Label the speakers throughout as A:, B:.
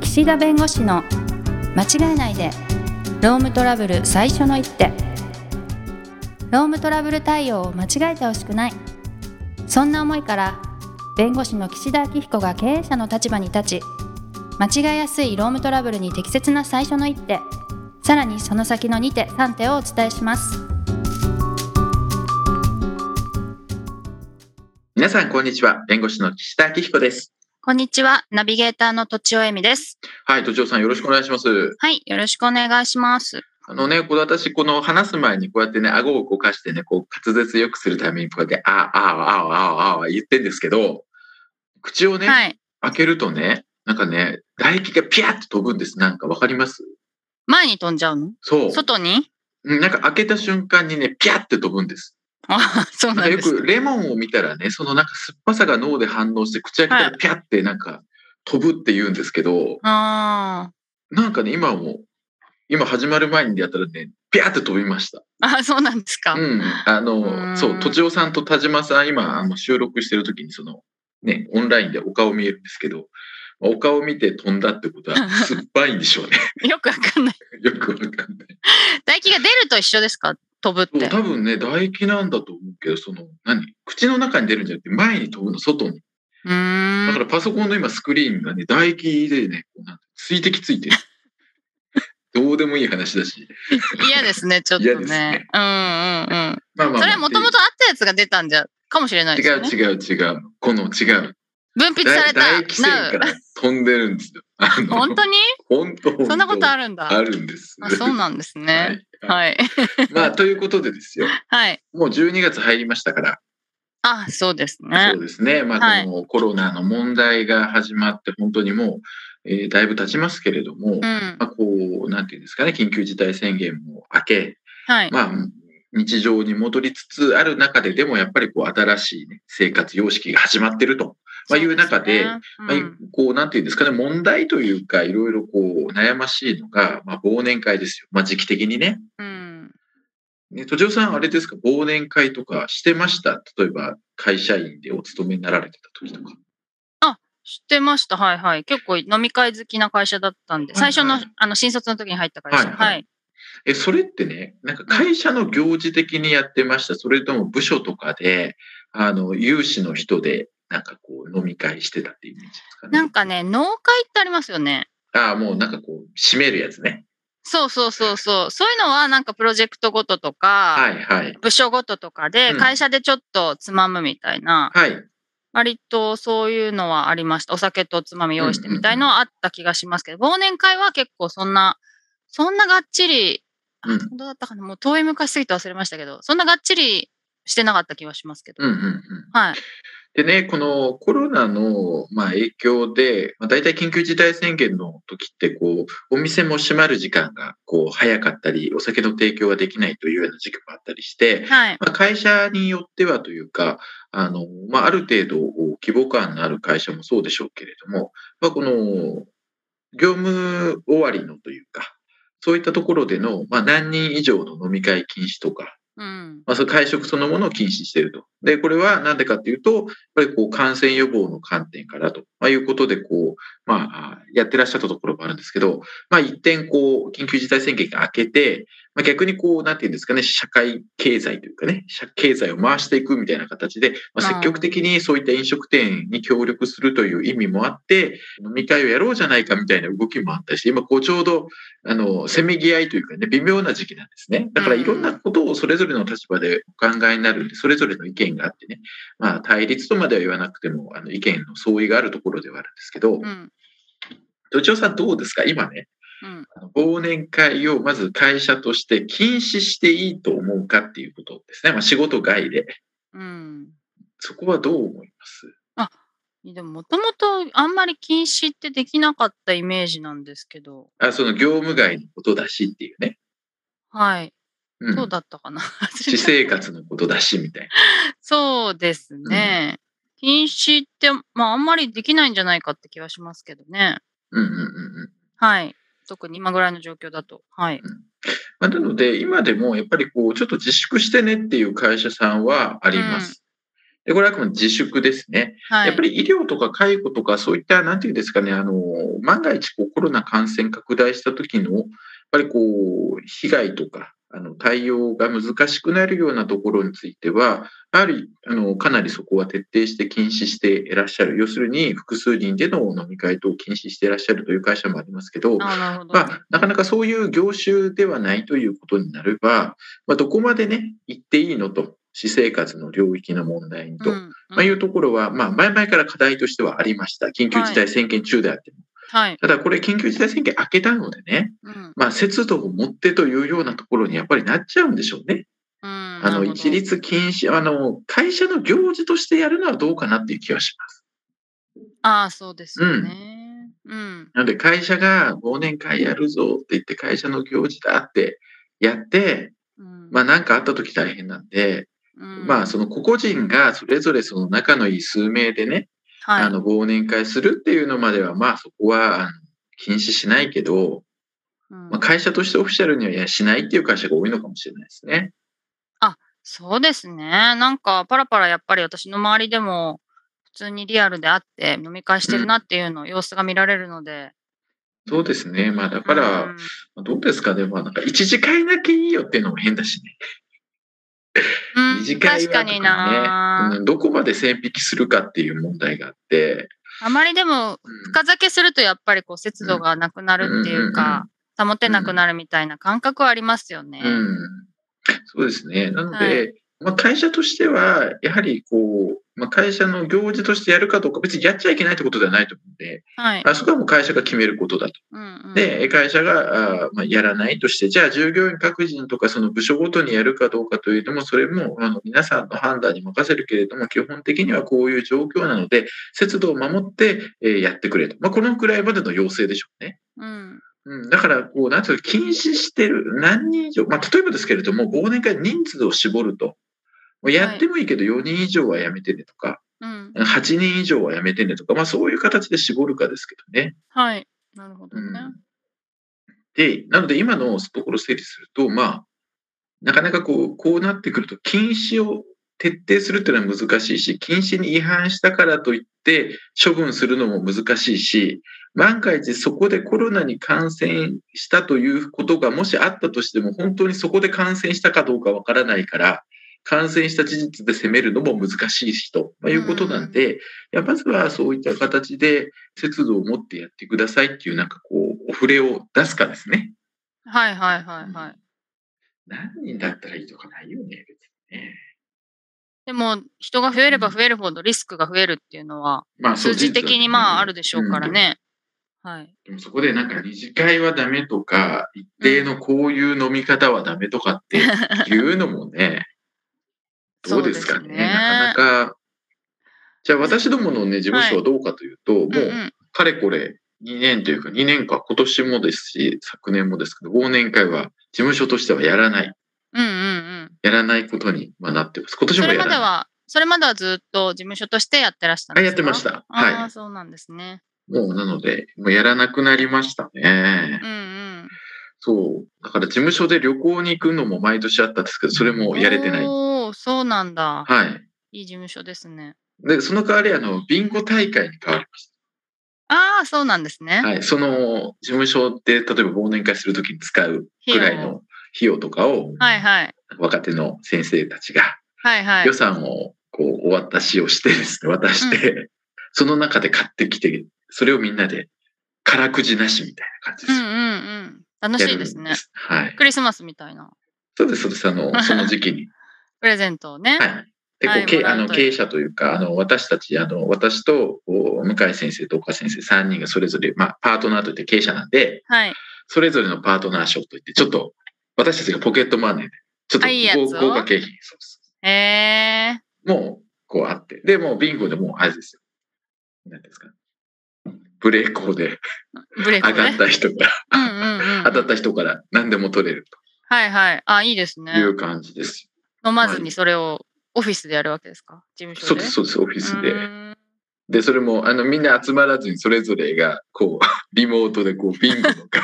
A: 岸田弁護士の間違えないでロームトラブル最初の一手ロームトラブル対応を間違えてほしくないそんな思いから弁護士の岸田明彦が経営者の立場に立ち間違えやすいロームトラブルに適切な最初の一手さらにその先の2手3手をお伝えします
B: 皆さん、こんにちは。弁護士の岸田明彦です。
A: こんにちはナビゲーターのとちおえみです
B: はい、都庁さん、よろしくお願いします。
A: はいよろしくお願いします
B: あのね、これ私、この話す前に、こうやってね、顎をこうかしてね、こう、滑舌よくするために、こうやって、あーあー、あーあー、あーあー、言ってんですけど、口をね、
A: はい
B: 開けるとね、なんかね、唾液がピャッと飛ぶんです。なんかわかります
A: 前に飛んじゃうの
B: そう。
A: 外に
B: うんなんか開けた瞬間にね、ピャッて飛ぶんです。
A: あそう
B: なん
A: な
B: か
A: ん
B: よ
A: です
B: くレモンを見たらね、そのなんか酸っぱさが脳で反応して、口開けた
A: は
B: らピャッてなんか飛ぶって言うんですけど、
A: あー
B: なんかね、今も、今始まる前にやったらね、ピャーって飛びました。
A: あそうなんですか、
B: うん。あ
A: うー
B: の、
A: ん
B: そう、とちおさんと田島さん、今、あの収録してる時に、その、ね、オンラインでお顔見えるんですけど、まあお顔見て飛んだってこと は、酸っぱいんでしょうね。
A: よくわかんない
B: よくわかんない。
A: 唾液が出ると一緒ですか飛ぶっ
B: そう
A: て
B: 多分ね、唾液なんだと思うけど、その、何口の中に出るんじゃなくて、前に飛ぶの、外に。
A: うー
B: だ
A: ん
B: からパソコンの今、スクリーンがね、唾液でね、こうなんて水滴つ いてる。どうでもいい話だし。
A: 嫌です ね、ちょっとね。
B: 嫌ですね
A: うんうんうん。
B: まあまあまあ
A: それはもともとあったやつが出たんじゃ、かもしれないです
B: 違
A: よ
B: う
A: ね。
B: 違う違う。この違う。
A: 分泌さ
B: だ
A: れ
B: い
A: た。
B: 唾液腺か
A: Now
B: ら飛んでるんですよ。あの
A: 本 当に
B: 本当本当
A: そんなことあ
B: る
A: るんだ。
B: あるんです。
A: あそうなんですね。
B: は
A: は
B: い
A: い。
B: まあということでですよ。
A: はい。
B: もう12月入りましたから、
A: あ、そうですね
B: そう。ですね。ま
A: は
B: あ
A: い
B: このコロナの問題が始まって本当にもう、えーだいぶ経ちますけれども、
A: う
B: ま
A: ん。
B: あこうなんていうんですかね、緊急事態宣言も明け、
A: はい。
B: まあ日常に戻りつつある中ででもやっぱりこう新しいね、生活様式が始まってると。まあいう中で
A: そう
B: まあ
A: すね、
B: いこう、なんていうんですかね、問題というか、いろいろこう、悩ましいのが、まあ、忘年会ですよ。まあ、時期的にね。
A: うんうん
B: ね、とじおさん、あれですか、忘年会とかしてました例えば、会社員でお勤めになられてた時とか。
A: 知ってました。はいはい。結構飲み会好きな会社だったんで、
B: はいは
A: 最
B: い
A: 初の、あの、新卒の時に入った会社。
B: はいは
A: は
B: い
A: い。
B: え、それってね、なんか会社の行事的にやってました。それとも部署とかで、あの、有志の人で、なんかこう、飲み会してたってイメージですかね。
A: なんかね、農会ってありますよね。
B: ああ、もうなんかこう、締めるやつね。
A: そうそうそうそう。そういうのはなんかプロジェクトごととか、
B: はいはい。
A: 部署ごととかで
B: うん
A: 会社でちょっとつまむみたいな、
B: はい。
A: 割とそういうのはありましたお酒とつまみ用意してみたいのはあった気がしますけど、忘年会は結構そんなそんながっちり、あ
B: うん
A: 本当だったかなもう遠い昔すぎて忘れましたけどそんながっちりしてなかった気がしますけど、
B: うんうんうん。
A: はい
B: でね、このコロナの、まあ、影響で、まあ、大体緊急事態宣言の時って、こう、お店も閉まる時間が、こう、早かったり、お酒の提供ができないというような時期もあったりして、
A: はい
B: まあ、会社によってはというか、あの、まあ、ある程度、規模感のある会社もそうでしょうけれども、まあ、この、業務終わりのというか、そういったところでの、まあ、何人以上の飲み会禁止とか、
A: うん
B: まあ、その会食そのものを禁止していると。で、これはなんでかっていうと、やっぱりこう感染予防の観点からと、まあ、いうことで、こう、まあ、やってらっしゃったところもあるんですけど、まあ、一点、こう、緊急事態宣言が明けて、まあ、逆にこう、なんていうんですかね、社会経済というかね、社経済を回していくみたいな形で、まあ、積極的にそういった飲食店に協力するという意味もあって、飲み会をやろうじゃないかみたいな動きもあったりして、今、こう、ちょうど、あの、せめぎ合いというかね、微妙な時期なんですね。だから
A: うん
B: いろんなことをそれぞれの立場でお考えになるんで、それぞれの意見があってね、まあ対立とまでは言わなくても、あの意見の相違があるところではあるんですけど
A: う、ん
B: 土地さんどうですか今ね、
A: うん
B: あの忘年会をまず会社として禁止していいと思うかっていうことですね。まあ仕事外で。
A: うん
B: そこはどう思います
A: でももともとあんまり禁止ってできなかったイメージなんですけど
B: あ、その業務外のことだしっていうね。
A: はい、
B: うん
A: そうだったかな
B: 私生活のことだしみたいな。
A: そうですね。禁止って、まあ、あんまりできないんじゃないかって気はしますけどね。
B: うんうんうんうん。
A: はい。特に今ぐらいの状況だと。はい。
B: まあ、なので、今でもやっぱりこう、ちょっと自粛してねっていう会社さんはあります。でこれはあくまで自粛ですね。
C: はい。
B: やっぱり医療とか介護とかそういった、なんていうんですかね、あの、万が一こうコロナ感染拡大した時の、やっぱりこう、被害とか、あの、対応が難しくなるようなところについては、やはり、あの、かなりそこは徹底して禁止していらっしゃる。要するに、複数人での飲み会等を禁止していらっしゃるという会社もありますけど、
C: あなるほど。
B: まあ、なかなかそういう業種ではないということになれば、まあ、どこまでね、行っていいのと、私生活の領域の問題にと、
C: うん
B: まあ、いうところは、まあ、前々から課題としてはありました。緊急事態宣言中であっても。
C: はい。
B: ただ、これ、緊急事態宣言明けたのでね、
C: うん
B: まあ、節度を持ってというようなところにやっぱりなっちゃうんでしょうね。
C: うん
B: あ
C: なる
B: の、
C: ほど
B: 一律禁止、あの、会社の行事としてやるのはどうかなっていう気はします。
C: ああ、そうですよね。うん。
B: なので、会社が忘年会やるぞって言って、会社の行事だってやって、
C: うん
B: まあ、何かあった時大変なんで、
C: うん
B: まあ、その個々人がそれぞれその仲のいい数名でね、
C: はい
B: あの忘年会するっていうのまでは、まあそこはあの禁止しないけど、
C: うん
B: まあ、会社としてオフィシャルにはいやしないっていう会社が多いのかもしれないですね。
C: そうですね。なんか、パラパラやっぱり私の周りでも、普通にリアルであって、飲み会してるなっていうの、様子が見られるので。
B: そうですね。まあだか
C: か
B: ら、まあどうですかね。まあなんか一次会だけいいよっていうのも変だしね。
C: うん
B: 二次会は
C: 確かにな、
B: うん、どこまで線引きするかっていう問題があって。
C: あまりでも、
B: うん
C: 深酒するとやっぱりこう、節度がなくなるっていうか、保てなくなるみたいな感覚はありますよね。
B: うん、そうですね。なので、
C: は
B: まあ、会社としては、やはりこう、まあ、会社の行事としてやるかどうか、別にやっちゃいけないってことではないと思うんで、
C: はい。
B: あそこはもう会社が決めることだと。
C: うんうん、
B: で、会社が、あーまあ、やらないとして、じゃあ従業員各人とかその部署ごとにやるかどうかというのも、それもあの皆さんの判断に任せるけれども、基本的にはこういう状況なので、節度を守って、えーやってくれと。まあ、このくらいまでの要請でしょうね。
C: うん。
B: うん、だから、こう、なんていうか、禁止してる何人以上、まあ、例えばですけれども、忘年会人数を絞ると。もうやってもいいけど、4人以上はやめてねとか、
C: うん。
B: 8人以上はやめてねとか、まあ、そういう形で絞るかですけどね。
C: はい。なるほどね。
B: で、なので今のところ整理すると、まあ、なかなかこう、こうなってくると、禁止を徹底するっていうのは難しいし、禁止に違反したからといって処分するのも難しいし、万が一そこでコロナに感染したということがもしあったとしても、本当にそこで感染したかどうかわからないから、感染した事実で責めるのも難しいしと、まあ、いうことなんで、いやまずはそういった形で節度を持ってやってくださいっていう、なんかこう、お触れを出すかですね。
C: はいはいはいはい。
B: 何人だったらいいとかないよね、別にね。
C: でも、人が増えれば増えるほどリスクが増えるっていうのは、
B: まそう
C: 数字的にまああるでしょうから。
B: うん
C: ね。はい。
B: でもそこでなんか二次会はダメとか、一定のこういう飲み方はダメとか っていうのもね、どうですか
C: そう
B: ね。
C: ですね
B: なかなか。じゃあ私どものね、事務所はどうかというと、
C: うんう
B: もう、
C: ん。
B: かれこれ2年というか2年か、今年もですし、昨年もですけど、忘年会は事務所としてはやらない。
C: うんうんうん。
B: やらないことにまあなってます。今年
C: そ
B: もや
C: れま
B: らな
C: で
B: い。
C: は、それまではずっと事務所としてやってらしたん
B: あ
C: ですか
B: やってまし。た。はい。
C: ああ、そうなんですね。
B: もうなので、もうやらなくなりましたね
C: う。んうん。
B: そう。だから事務所で旅行に行くのも毎年あったんですけど、それもやれてない。は
C: おお、そうなんだ。
B: い。
C: いい事務所ですね。
B: で、その代わり、あの、ビンゴ大会に変わりまし
C: ああ、そうなんですね。
B: た。はい。その、事務所で、例えば忘年会するときに使う
C: 費
B: く
C: 用
B: らいの費用とかを、
C: はいはい。
B: 若手の先生たちが、
C: はいはい
B: 予。算を、こう、お渡しをしてですね、渡して、その中で買ってきて、それをみんなで、辛くじなしみたいな感じ
C: う
B: で
C: ん
B: す
C: う
B: よ。
C: んうん。楽
B: や
C: し
B: る
C: い
B: ん
C: ですね。。
B: はい。
C: クリスマスみたいな。
B: そうです、そうです。あ の、その時期に。
C: プレゼントをね。
B: はい。で、こ、
C: はいう
B: け
C: もら
B: あ
C: う
B: の、
C: と
B: 経営者というか、あの、私たち、あの、私と、こう向井先生と岡先生3人がそれぞれ、まあ、パートナーといって経営者なんで、
C: はい。
B: それぞれのパートナー賞といって、ちょっと、私たちがポケットマネーで、ちょ
C: あいいや
B: っ
C: つ
B: と
C: を
B: 豪豪華景品、そうそ
C: へえ。
B: うもう、こうあって。で、もう、ビンゴでもう、あれですよ。何ですか。ブレーコーで
C: ブレイク
B: 上
C: ね。
B: がった人から、
C: うんうんうん。
B: 当たった人から何でも取れる
C: はいはい。あ、いいです
B: とい
C: ね。
B: う感じです。
C: 飲まずにそれをオフィスでやるわけですか事務
B: そう
C: 所で。
B: です、そうです、オフィスで
C: う。ーん
B: で、それも、あの、みんな集 まらずに、それぞれが、こう、リモートで、こう、ビンゴとか、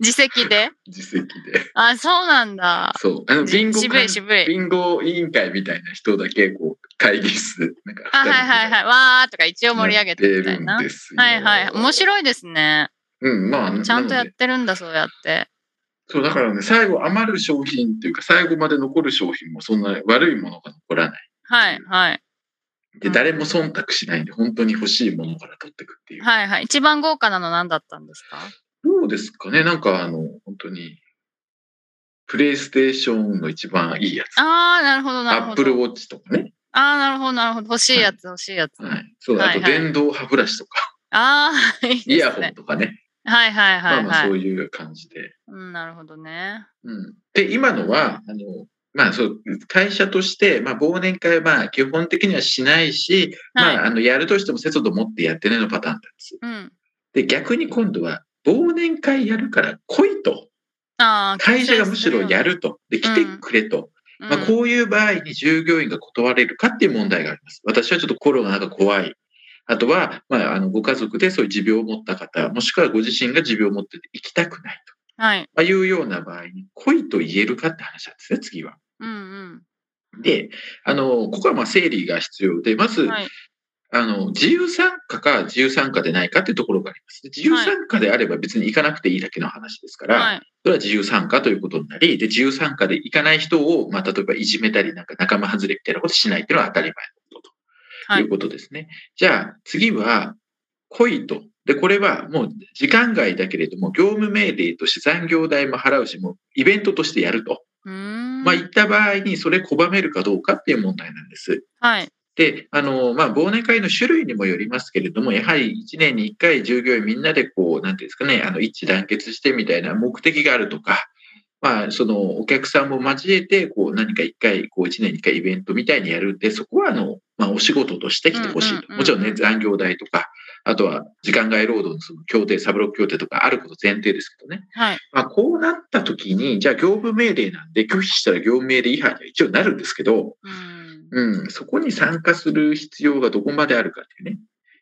C: 自責で。
B: 自責で。
C: あ、そうなんだ。
B: そう。あの、
C: じ
B: ビンゴ
C: 渋
B: か
C: い
B: ん、
C: 渋い。
B: ビンゴ委員会みたいな人だけ、こう、会議室、なんか、
C: あ、はいはいはい。わーとか一応盛り上げてみたいな。
B: やっ
C: は
B: てるん
C: い
B: ですよ
C: はい。面白いですね。
B: うん、まあ、
C: ちゃんとや
B: なの
C: っ
B: で
C: てるんだ、そうやって。
B: そう、だからね、最後余る商品っていうか、最後まで残る商品もそんな悪いものが残らない。
C: はいはい。
B: で、
C: うん
B: 誰も忖度しないんで、本当に欲しいものから取っていくっていう。
C: はいはい。一番豪華なの何だったんですか
B: どうですかねなんか、あの、本当に、プレイステーションの一番いいやつ。
C: あー、なるほどな
B: ア
C: るほ
B: ップルウ
C: ど。
B: ォッチとかね。
C: あー、なるほどなるほど。欲しいやつ、欲しいやつ。
B: はい。そう、
C: は
B: あ
C: い
B: と
C: はい
B: 電動歯ブラシとか、
C: あー、いい
B: イ
C: で
B: ヤ
C: す
B: ホン
C: ね。
B: とかね。
C: はいはいはい
B: まあまあ、
C: は
B: そ
C: い。
B: ういう感じで。
C: うん、なるほどね。
B: うんで、今のは、あの、まあそう、会社として、まあ忘年会はまあ基本的にはしないし、
C: はい。
B: まあ、あの、やるとしても節度持ってやってねのパターンなんです。
C: うん。
B: で、逆に今度は、忘年会やるから来いと。
C: あー
B: 会社がむしろや
C: る。
B: ると。で、来てくれと。まあ、こういう場合に従業員が断れるかっていう問題があります。私はちょっとコロナが怖い。あとは、まあ、あの、ご家族でそういう持病を持った方、もしくはご自身が持病を持ってて行きたくないと、
C: うん。はい。
B: まあ、いうような場合に、来いと言えるかって話なんですね、次は。
C: うん
B: で、あの、ここはまあ整理が必要で、ま
C: う
B: ず、
C: ん。はい。
B: あの、自由参加か自由参加でないかっていうところがあります。で自由参加であれば別に行かなくていいだけの話ですから、
C: はい。
B: それは自由参加ということになり、で、自由参加で行かない人を、まあ、例えばいじめたり、なんか仲間外れみたいなことしないっていうのは当たり前のことと、
C: はい
B: い、うことですね。じゃあ、次は、恋と。で、これはもう時間外だけれども、業務命令として残業代も払うし、もうイベントとしてやると。
C: うーん。
B: まあ、行った場合にそれ拒めるかどうかっていう問題なんです。
C: はい。
B: で、あの、まあ、忘年会の種類にもよりますけれども、やはり1年に1回従業員みんなでこう、なんていうんですかね、あの、一致団結してみたいな目的があるとか、まあ、その、お客さんも交えて、こう、何か1回、こう、1年に1回イベントみたいにやるんで、そこは、あの、まあ、お仕事として来てほしい
C: うんうんうんう
B: と。
C: ん
B: もちろんね、残業代とか、あとは、時間外労働のその協定、サブロック協定とかあること前提ですけどね。
C: はい。
B: まあ、こうなった時に、じゃあ、業務命令なんで、拒否したら業務命令違反には一応なるんですけど、
C: うん。
B: うん、そこに参加する必要がどこまであるかっていうね。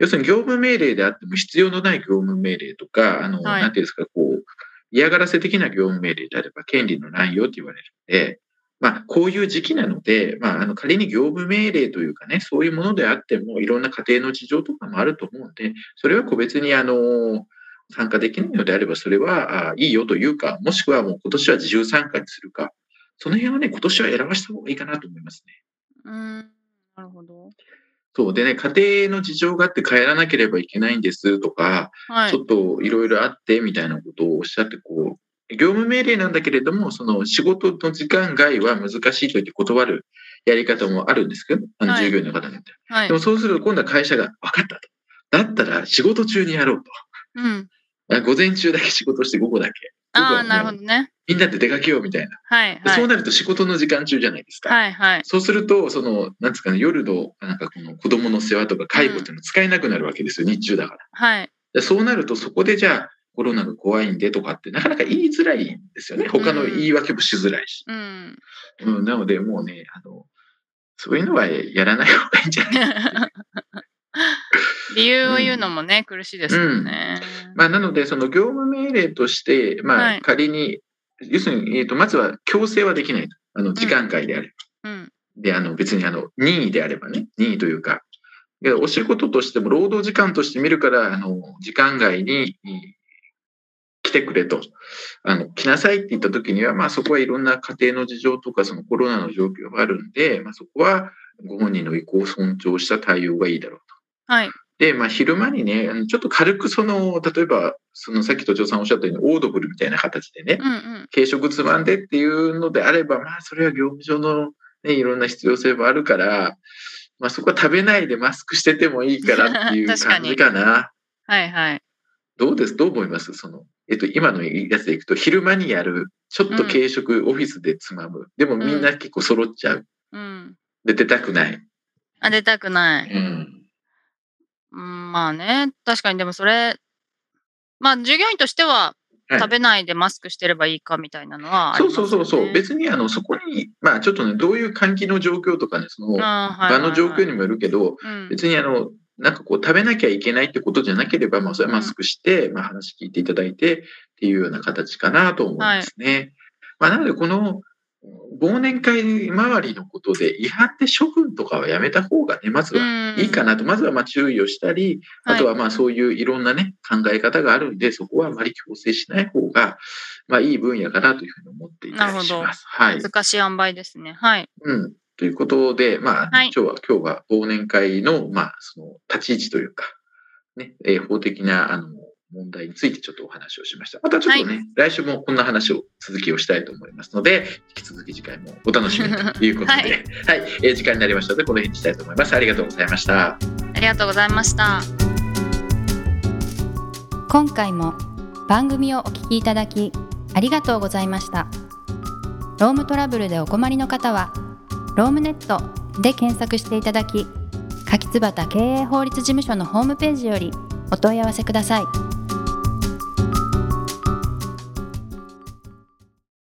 B: 要するに業務命令であっても必要のない業務命令とか、あの、
C: はい
B: なんていうんですか、こう、嫌がらせ的な業務命令であれば権利の乱用って言われるので、まあ、こういう時期なので、まあ、あの、仮に業務命令というかね、そういうものであっても、いろんな家庭の事情とかもあると思うんで、それは個別に、あの、参加できないのであれば、それはあいいよというか、もしくはもう今年は自由参加にするか、その辺はね、今年は選ばした方がいいかなと思いますね。
C: うん。なるほど。
B: そうでね、家庭の事情があって帰らなければいけないんですとか、
C: は
B: ち
C: い。
B: ょっといろいろあってみたいなことをおっしゃって、こう、業務命令なんだけれども、その仕事の時間外は難しいと言って断るやり方もあるんですけど、あの
C: はい
B: 従業員の方によって。
C: はい
B: でも。そうすると今度は会社が分かったと。だったら仕事中にやろう
C: うん。
B: と。あ午前中だけ仕事して午後だけ。
C: あ
B: 僕
C: あ、
B: は
C: なるほどね。
B: みんなで出かけようみたいな。
C: はい。
B: で
C: は
B: そう
C: い。
B: なると仕事の時間中じゃないですか。
C: はい。はい。
B: そうすると、その、なんですかね、夜の、なんかこの子供の世話とか介護っていうの使えなくなるわけですよ、日中だから。
C: はい。
B: でそうなると、そこでじゃあ、コロナが怖いんでとかって、なかなか言いづらいんですよね。他の言い訳もしづらいし。
C: うん。
B: うん、なので、もうね、あの、そういうのはやらない方がいいんじゃ ない
C: 理由を言うのもね、苦しいですよね。
B: まあ、なので、その業務命令として、ま
C: は
B: あ、
C: い
B: 仮に、要するに、えっ、と、まずは強制はできないと。あの、時間外であれば
C: うん。
B: で、あの、別にあの、任意であればね、任意というか、でお仕事としても労働時間として見るから、あの、時間外にうん来てくれと、あの、来なさいって言った時には、まあそこはいろんな家庭の事情とか、そのコロナの状況があるんで、まあそこはご本人の意向を尊重した対応がいいだろうと。
C: はい。
B: で、まあ昼間にね、あのちょっと軽くその、例えば、そのさっき都庁さんおっしゃったように、オードブルみたいな形でね、
C: うんうん。
B: 軽食つまんでっていうのであれば、まあ、それは業務上の、ね、いろんな必要性もあるから、まあ、そこは食べないでマスクしててもいいから っていう
C: 確か
B: 感
C: に
B: じかな。
C: はいはい。
B: どうですどう思いますその、えっと、今のやつでいくと、昼間にやる、ちょっと軽食、オフィスでつまむ。でもみんな結構揃っちゃう。
C: うん。
B: で、出たくない。
C: あ、出たくな
B: う
C: い。
B: ん。
C: うん、まあね、確かにでもそれ、まあ従業員としては
B: はい
C: 食べないでマスクしてればいいかみたいなのはあり
B: そう
C: ます
B: そう
C: よ、ね。
B: そうそう。別に、あの、そこに、まあ、ちょっとね、どういう換気の状況とかね、その、
C: あーはい
B: 場の状況に
C: に、
B: もよるけど、
C: うん、
B: 別にあの、なんかこう食べなきゃいけないってことじゃなければ、まあそれはマスクして、まあ話聞いていただいてっていうような形かなと思うんですね。まあなのでこの忘年会周りのことで違反って処分とかはやめた方がね、まずは
C: うん
B: いいかなと、まずはまあ注意をしたり、
C: はい
B: あとはまあそういういろんなね、考え方があるんで、そこはあまり強制しない方が、まあいい分野かなというふうに思っていたりし
C: なるほど
B: ます。はい。
C: 難しい塩梅ですね。はい。
B: うん。ということで、まあ、
C: はい
B: 今日は、今日は忘年会の、まあ、その、立ち位置というか、ね、えー法的な、あの、問題についてちょっとお話をしました。またちょっとね、来週もこんな話を続きをしたいと思いますので、引き続き次回もお楽しみということで、
C: は
B: はいい、えー時間になりましたので、この辺にしたいと思います。ありがとうございました。
C: ありがとうございました。
A: 今回も番組をお聞きいただきありがとうございましたロームトラブルでお困りの方はロームネットで検索していただき柿椿経営法律事務所のホームページよりお問い合わせください